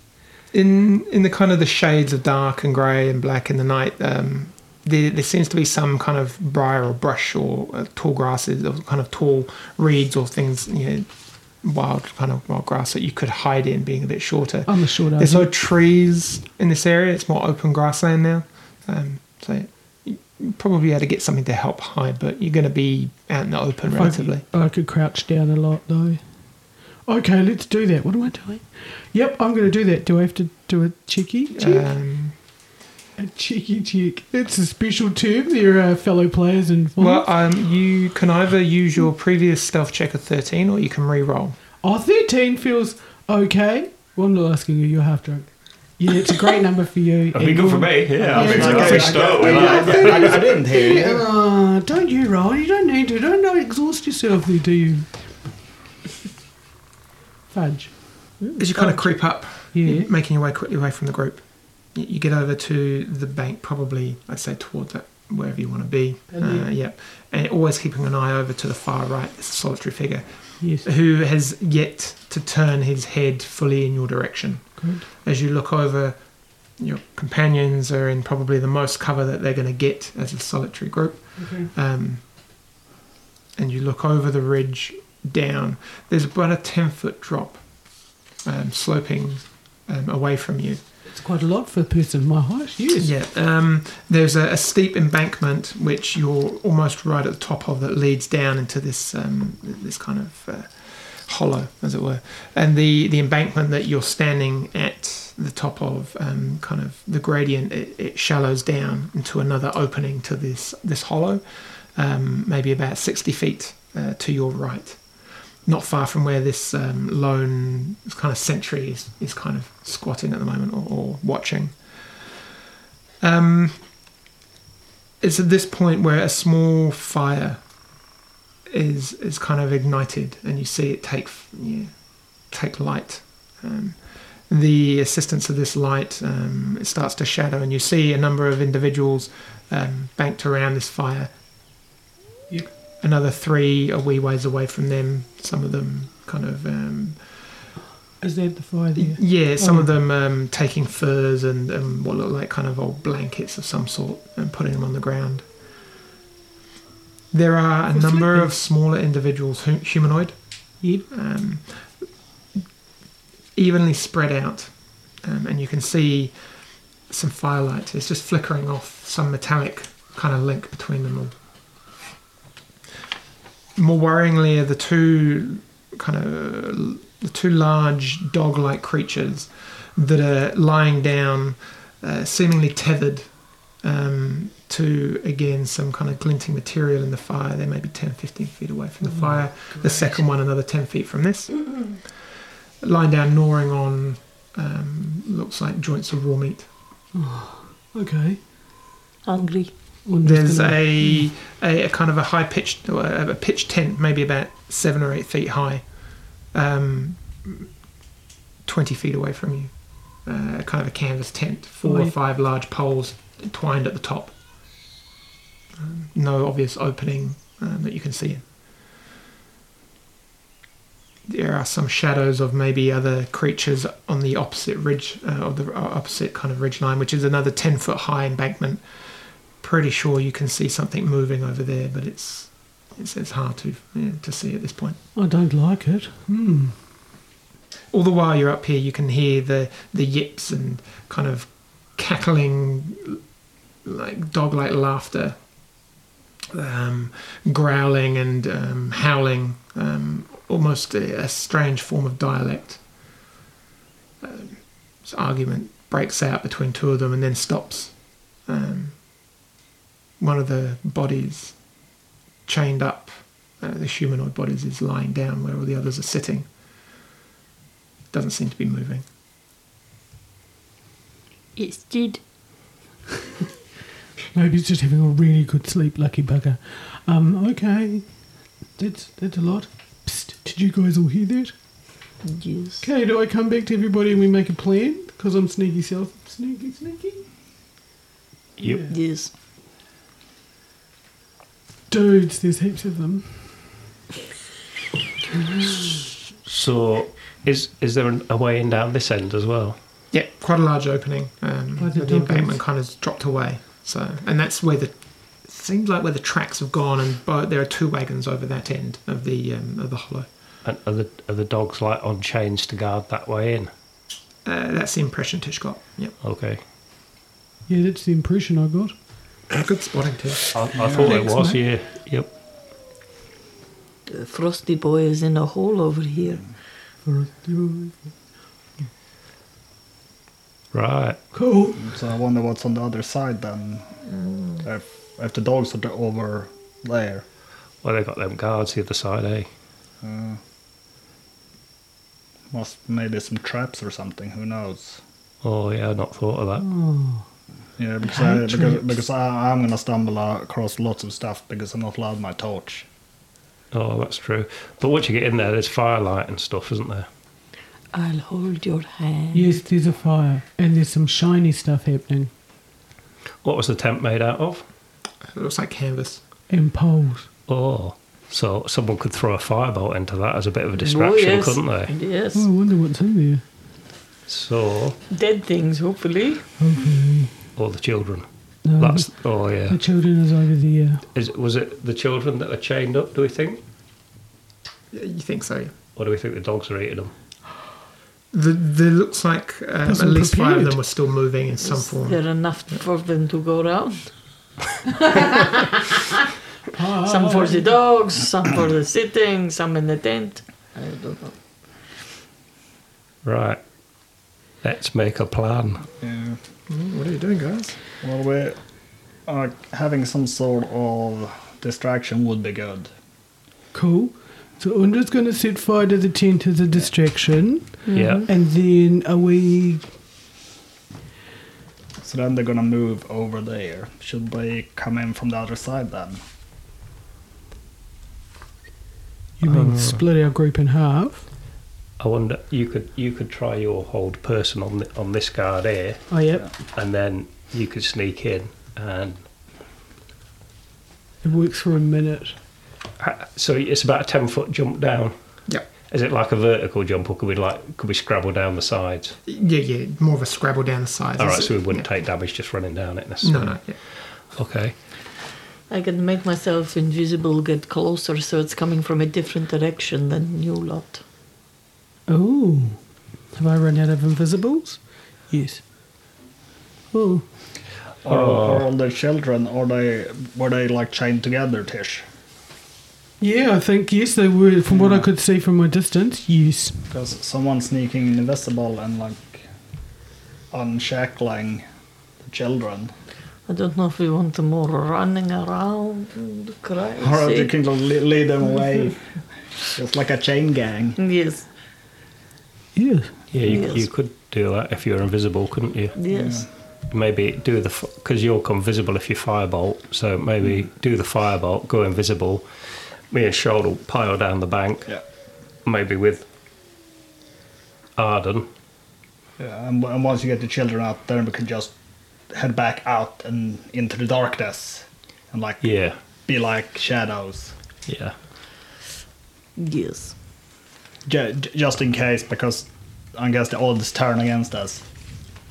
in in the kind of the shades of dark and grey and black in the night, um, there, there seems to be some kind of briar or brush or uh, tall grasses or kind of tall reeds or things, you know, wild kind of wild grass that you could hide in, being a bit shorter.
I'm a short
There's
ass.
no trees in this area; it's more open grassland now. Um, so you you probably had to get something to help hide, but you're going to be out in the open relatively.
Oh, I, I could crouch down a lot though. Okay, let's do that. What am I doing? Yep, I'm going to do that. Do I have to do a cheeky check?
Um,
a cheeky check. It's a special term. There are fellow players involved.
well, um, you can either use your previous stealth check of 13, or you can re-roll.
Oh, 13 feels okay. Well, I'm not asking you, you're half drunk. Yeah, it's a great number for you.
That'd be
and
good for
you're-
me. Yeah, I
Yeah,
think
it's
I
okay.
got fished out. with
I,
that.
I- I didn't hear
Yeah,
you.
uh, don't you roll, you don't need to. Don't, don't exhaust yourself there, do you? Fudge.
As you kind of creep up,
Yeah.
making your way quickly away from the group, y- you get over to the bank, probably, I'd say, towards that, wherever you want to be. Uh,
Mhm.
yep. And always keeping an eye over to the far right, this solitary figure,
Yes.
who has yet to turn his head fully in your direction.
Good.
As you look over, your companions are in probably the most cover that they're going to get as a solitary group
Okay.
um, and you look over the ridge down, there's about a 10 foot drop um, sloping um, away from you.
It's quite a lot for a person my height, yes.
Yeah, um, there's a, a steep embankment which you're almost right at the top of that leads down into this um, this kind of uh, hollow, as it were. And the, the embankment that you're standing at the top of, um, kind of the gradient, it, it shallows down into another opening to this this hollow, um, maybe about 60 feet uh, to your right. not far from where this um, lone kind of sentry is, is kind of squatting at the moment or, or watching. Um, it's at this point where a small fire is is kind of ignited, and you see it take yeah, take light. Um, the assistance of this light, um, it starts to shadow, and you see a number of individuals um, banked around this fire.
Yep.
Another three a wee ways away from them. Some of them kind of um,
Is that the fire
yeah,
there?
some
Oh.
of them um, taking furs and, and what look like kind of old blankets of some sort and putting them on the ground. There are a
For
number
sleeping.
of smaller individuals, hu- humanoid,
Yep.
um, evenly spread out, um, and you can see some firelight. It's just flickering off some metallic kind of link between them all. More worryingly, are the two kind of the two large dog-like creatures that are lying down, uh, seemingly tethered. Um, to again some kind of glinting material in the fire. They may be 10, 15 feet away from the
Oh,
fire the second one another 10 feet from this. Lying down, gnawing on, um, looks like joints of raw meat.
Okay.
Hungry.
I'm just
There's
gonna-
a, a, a kind of a high pitched, or a, a pitched tent, maybe about seven or eight feet high, um, 20 feet away from you. Uh, kind of a canvas tent, four
Oi.
or five large poles twined at the top. Um, no obvious opening um, that you can see in. There are some shadows of maybe other creatures on the opposite ridge, uh, of the uh, opposite kind of ridge line, which is another 10 foot high embankment pretty sure you can see something moving over there, but it's it's, it's hard to yeah, to see at this point.
I don't like it. Hmm.
All the while you're up here, you can hear the the yips and kind of cackling, like dog-like laughter, um, growling and um, howling, um, almost a, a strange form of dialect. Um, this argument breaks out between two of them and then stops. Um, one of the bodies chained up, uh, the humanoid bodies, is lying down where all the others are sitting. Doesn't seem to be moving.
It's dead.
Maybe he's just having a really good sleep, lucky bugger. Um, okay. That's that's a lot. Psst, did you guys all hear that?
Yes.
Okay, do I come back to everybody and we make a plan? Because I'm sneaky self. Sneaky, sneaky.
Yep.
Yeah.
Yes.
Dudes, there's heaps of them.
So, is is there an, a way in down this end as well?
Yeah, quite a large opening. Um,
Why
the
the dog
embankment
is-
kind of dropped away. So, and that's where the seems like where the tracks have gone, and bo- there are two wagons over that end of the um, of the hollow.
And are the are the dogs like on chains to guard that way in?
Uh, that's the impression Tish got. Yep,
Okay.
Yeah, that's the impression I got.
good spotting Tish.
I, I thought it
Thanks,
was.
mate.
Yeah. Yep.
The frosty boy is in a hole over here.
Right.
Cool.
So I wonder what's on the other side then.
Mm.
If, if the dogs are over there.
Well, they got them guards the other side, eh?
Must maybe some traps or something, who knows?
Oh yeah, I not thought of that.
Yeah, because,
Hand
I, because,
traps.
because I, I'm gonna stumble across lots of stuff because I'm not allowed my torch.
Oh, that's true. But once you get in there, there's firelight and stuff, isn't there?
I'll hold your hand.
Yes, there's a fire. And there's some shiny stuff happening.
What was the tent made out of?
It looks like canvas.
And poles.
Oh, so someone could throw a firebolt into that as a bit of a distraction,
Oh, yes.
couldn't they?
Yes.
Oh, I wonder what's in there.
So,
Hmm.
Dead things, hopefully.
all the children.
No,
That's oh yeah.
the children is over there.
Is was it the children that are chained up? Do we think,
Yeah, You think so? yeah.
or do we think the dogs are eating them?
The, the looks like um, at
Doesn't
least five of
prepared.
them were still moving in some
Is
form.
there enough for them to go around? Some for the dogs, some for the sitting, some in the tent. I don't know.
Right. Let's make a plan.
Yeah.
Mm, What are you doing, guys?
Well, we uh, having some sort of distraction would be good.
Cool. So Undra's going to set fire to the tent as a distraction,
Yeah.
and then are we?
So then they're gonna move over there. Should they come in from the other side then?
You mean
Uh.
split our group in half?
I wonder you could you could try your hold person on the, on this guard here,
Oh yep.
and then you could sneak in. And
It works for a minute.
ha- so it's about a ten foot jump down.
Yeah.
Is it like a vertical jump, or could we like could we scrabble down the sides?
Yeah, yeah. More of a scrabble down the sides.
All
Is
right,
it-
so we wouldn't
yeah.
take damage just running down it
No,
necessarily.
no. Yeah.
Okay.
I can make myself invisible, get closer, so it's coming from a different direction than you lot.
Oh, have I run out of invisibles? Yes. Oh,
Or, or all the children? Or they were they like chained together, Tish?
yeah. I think yes, they were. From what I could see from my distance, yes.
Because someone sneaking invisible and like unshackling the children.
I don't know if we want them all running around,
Or you
crazy.
can just le- lead them away, just like a chain gang.
Yes,
Yeah.
Yeah, you,
Yes.
you could do that if you were invisible, couldn't you?
yes.
Maybe do the because you'll come visible if you firebolt. So maybe
Mm.
do the firebolt, go invisible. Me and Sean will pile down the bank.
Yeah.
Maybe with Arden.
Yeah, and, and once you get the children out, then we can just head back out and into the darkness and like
Yeah,
be like shadows.
yeah.
Yes.
J- j- just in case, because I guess the odds turn against us.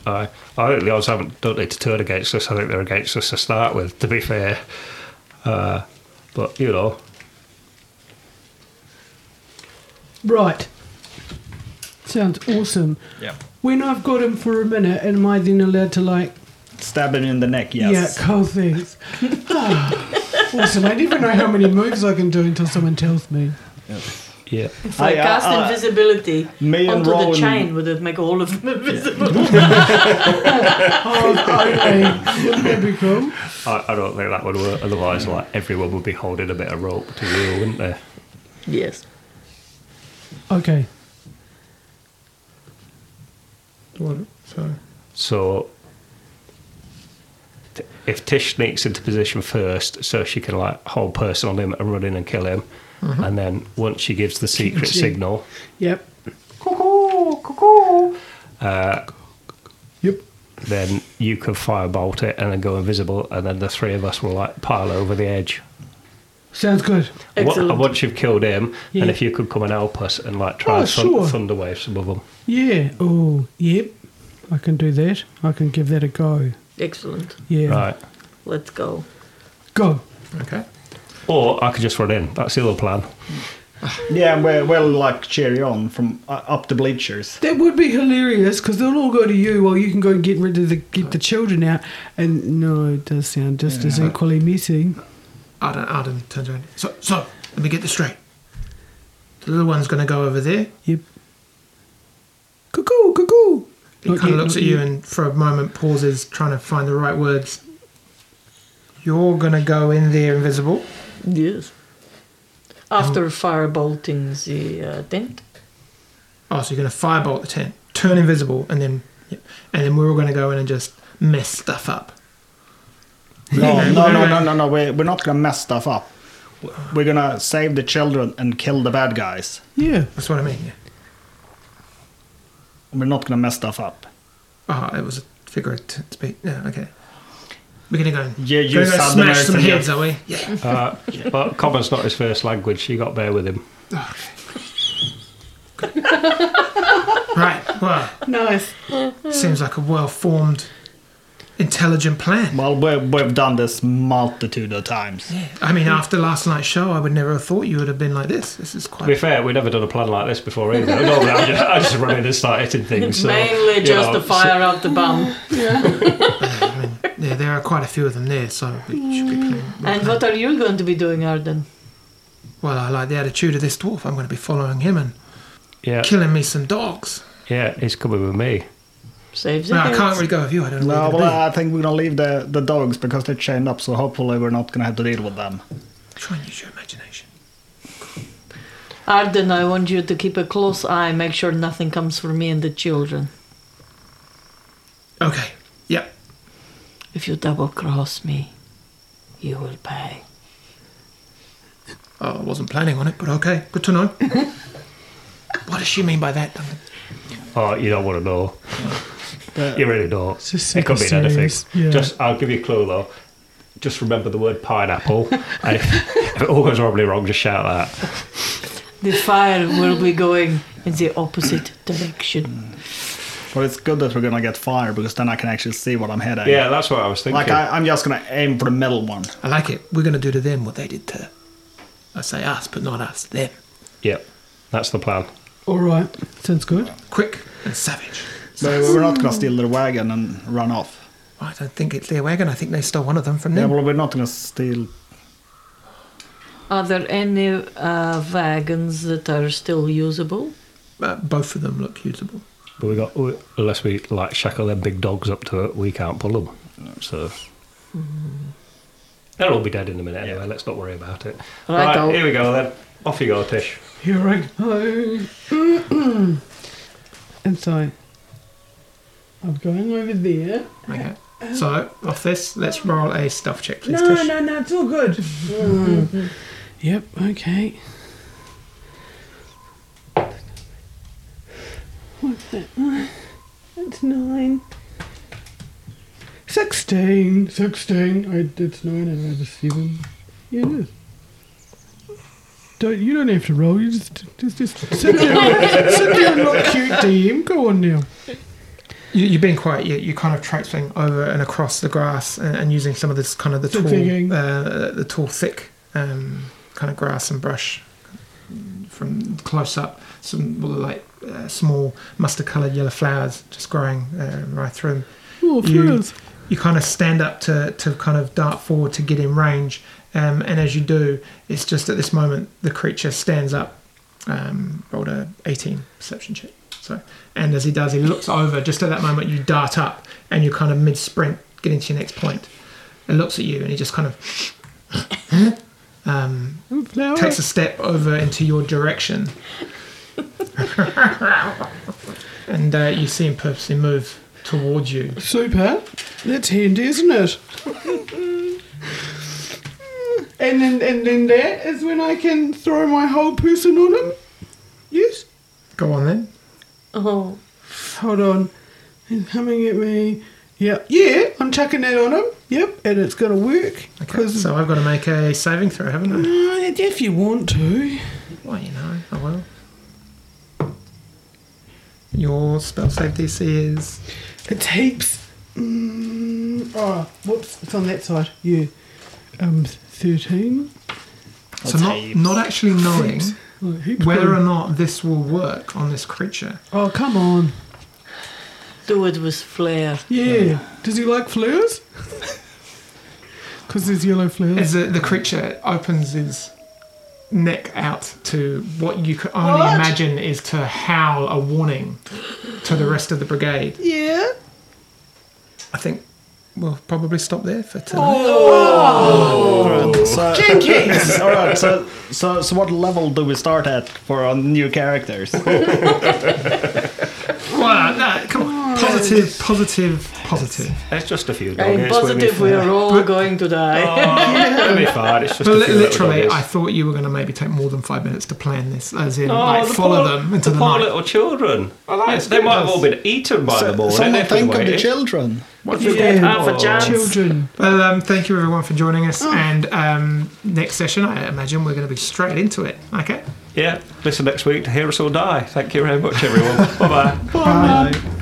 I I think the odds haven't don't need to turn against us. I think they're against us to start with. To be fair, uh, but you know,
Right. Sounds awesome.
Yeah.
When I've got him for a minute, am I then allowed to like?
Stab him in the neck, yes.
Yeah, cool things. Ah, awesome. I never know how many moves I can do until someone tells me.
yeah.
If I,
I- I-
cast
I-
invisibility
me and
onto the
Rowan-
chain, would it make all of them invisible?
Oh, okay. Wouldn't that be cool?
I, I don't think that would work. Otherwise, like everyone would be holding a bit of rope to you, wouldn't they?
Yes.
Okay.
Well, So
So t- if Tish sneaks into position first, so she can like hold person on him and run in and kill him, and then once she gives the secret
Gee.
signal,
Yep.
cuckoo, cuckoo, uh,
Yep.
then you can firebolt it and then go invisible, and then the three of us will like pile over the edge.
Sounds good.
Wa-
Excellent.
And once you've killed him,
Yeah.
and if you could come and help us and like try
Oh,
and thun-
sure.
thunder wave some of them.
Yeah. Oh, yep. I can do that. I can give that a go.
Excellent.
Yeah.
Right.
Let's go.
Go.
okay.
Or I could just run in. That's the other plan.
Yeah, and we'll, we'll like cheer you on from uh, up the bleachers.
That would be hilarious because they'll all go to you while you can go and get rid of the get the children out. And no, it does sound just as
Yeah.
equally messy.
Arden, Arden turns around. So, so let me get this straight. The little one's going to go over there.
Yep. Cuckoo, cuckoo.
He kind of looks at you and for a moment pauses, trying to find the right words. You're going to go in there invisible.
Yes. After firebolting the uh, tent.
Oh, so you're going to firebolt the tent, turn invisible, and then, yep. and then we're all going to go in and just mess stuff up.
No, no, no, no, no, no. We're, we're not gonna mess stuff up. We're gonna save the children and kill the bad guys.
yeah.
That's what I mean. Yeah.
We're not gonna mess stuff up.
Oh, it was a figure of t- speech. Yeah, okay. We're going to go. and
Yeah, you
gonna go
South
smash some
American,
heads,
yeah.
are we? Yeah.
Uh, but common's not his first language. You got to bear with him.
right. Well,
Nice.
seems like a well-formed, intelligent plan.
Well, we we've done this multitude of times.
I mean, after last night's show, I would never have thought you would have been like this. This is
To be
quite.
fair, we've never done a plan like this before either. Normally, I just, I just run in and start hitting things. So,
Mainly
you
just
know,
to fire out the bomb.
I mean, yeah, there are quite a few of them there, so we should be playing.
And what are you going to be doing, Arden?
Well, I like the attitude of this dwarf. I'm going to be following him and
so- yeah,
killing me some dogs.
yeah, he's coming with me.
Saves
No, I
it.
can't really go with you. I don't know. where
No,
you're gonna
well, I think we're gonna leave the, the dogs because they're chained up, so hopefully we're not gonna have to deal with them.
be. Try and use your imagination.
Arden, I want you to keep a close eye, make sure nothing comes for me and the children.
Okay. Yep.
If you double cross me, you will pay.
Oh, I wasn't planning on it, but okay. Good to know. what does she mean by that, Duncan?
Oh, you don't want to know. you really don't.
It's just
it could be
super
anything.
serious, yeah.
Just, I'll give you a clue though. Just remember the word pineapple. and if, if it all goes horribly wrong, just shout that.
The fire will be going in the opposite direction.
But it's good that we're gonna get fire because then I can actually see what I'm heading.
Yeah, that's what I was thinking.
Like I, I'm just gonna aim for the middle one.
I like it. We're going to do to them what they did to, I say us, but not us, them.
Yep, that's the plan.
All right, sounds good.
Quick and savage.
But we're not gonna steal their wagon and run off.
I don't think it's their wagon. I think they stole one of them from
Yeah,
them.
well, we're not gonna steal.
Are there any uh, wagons that are still usable?
uh, both of them look usable.
But we got unless we like shackle them big dogs up to it, we can't pull them. So Mm-hmm. they'll all be dead in a minute anyway. Let's not worry about it. Right,
Righto.
here we go then. Off you go, Tish.
Here I go. and so I'm going over there.
Okay. So off this, let's roll a stuff check, please.
no,
Tish.
no, no, it's all good. Mm. yep, okay. What's that? That's nine. 16. 16. I, it's nine and I have a seven. Yeah, it is. Don't, you don't have to roll. You just just, just sit down. sit down. Look cute, DM. Go on now.
You, you've been quiet. You, you're kind of traipsing over and across the grass and, and using some of this kind of the
The
tall,
digging.
uh, the tall, thick um, kind of grass and brush from close up. Some well, like uh, small mustard-coloured yellow flowers just growing uh, right through. 'em.
Oh,
You-
flowers.
you kind of stand up to, to kind of dart forward to get in range. Um, and as you do, it's just at this moment the creature stands up, um, rolled a 18 perception check. So, and as he does, he looks over. Just at that moment, you dart up and you kind of mid sprint get into your next point. It looks at you and he just kind of um,
Flowers.
takes a step over into your direction. and uh, you see him purposely move towards you.
Super. That's handy, isn't it? and then and then that is when I can throw my whole person on him. Yes.
Go on then.
Oh,
Hold on. He's coming at me. Yep. Yeah, I'm chucking that on him. Yep, and it's gonna work.
Okay,
Because
so I've got to make a saving throw, haven't I?
if you want to.
Well, you know, oh I will. Your spell save DC is.
It's heaps. Mm, oh, whoops, it's on that side. Yeah. Um thirteen.
So, not, not actually knowing
Oh, heaps
whether
good.
or not this will work on this creature.
Oh come on.
do it with flair.
Yeah. Does he like flowers? Because there's yellow flowers.
As the, the creature opens his neck out to what you could only imagine is to howl a warning to the rest of the brigade.
Yeah.
I think we'll probably stop there for today.
So, Jenkins. all right. So, so, so, what level do we start at for our new characters?
Well, no, come on. Positive, positive, positive.
It's just a few doggies.
I'm positive we are all going to die.
Oh, It'll be fine. It's just
But
a
li-
few little
literally,
doggies.
I thought you were going to maybe take more than five minutes to plan this, as in
Oh,
like
the
follow
poor-
them into the,
poor
night.
little children.
that's
they
good,
might have
that's-
all been eaten by the morning.
Someone
if they
think of the
waited.
children.
What if we
Yeah.
get half a chance?
Children.
Well, um, thank you everyone for joining us, and um, next session, I imagine we're going to be straight into it. Okay.
Yeah, listen next week to hear us all die. Thank you very much, everyone. bye bye.
Bye.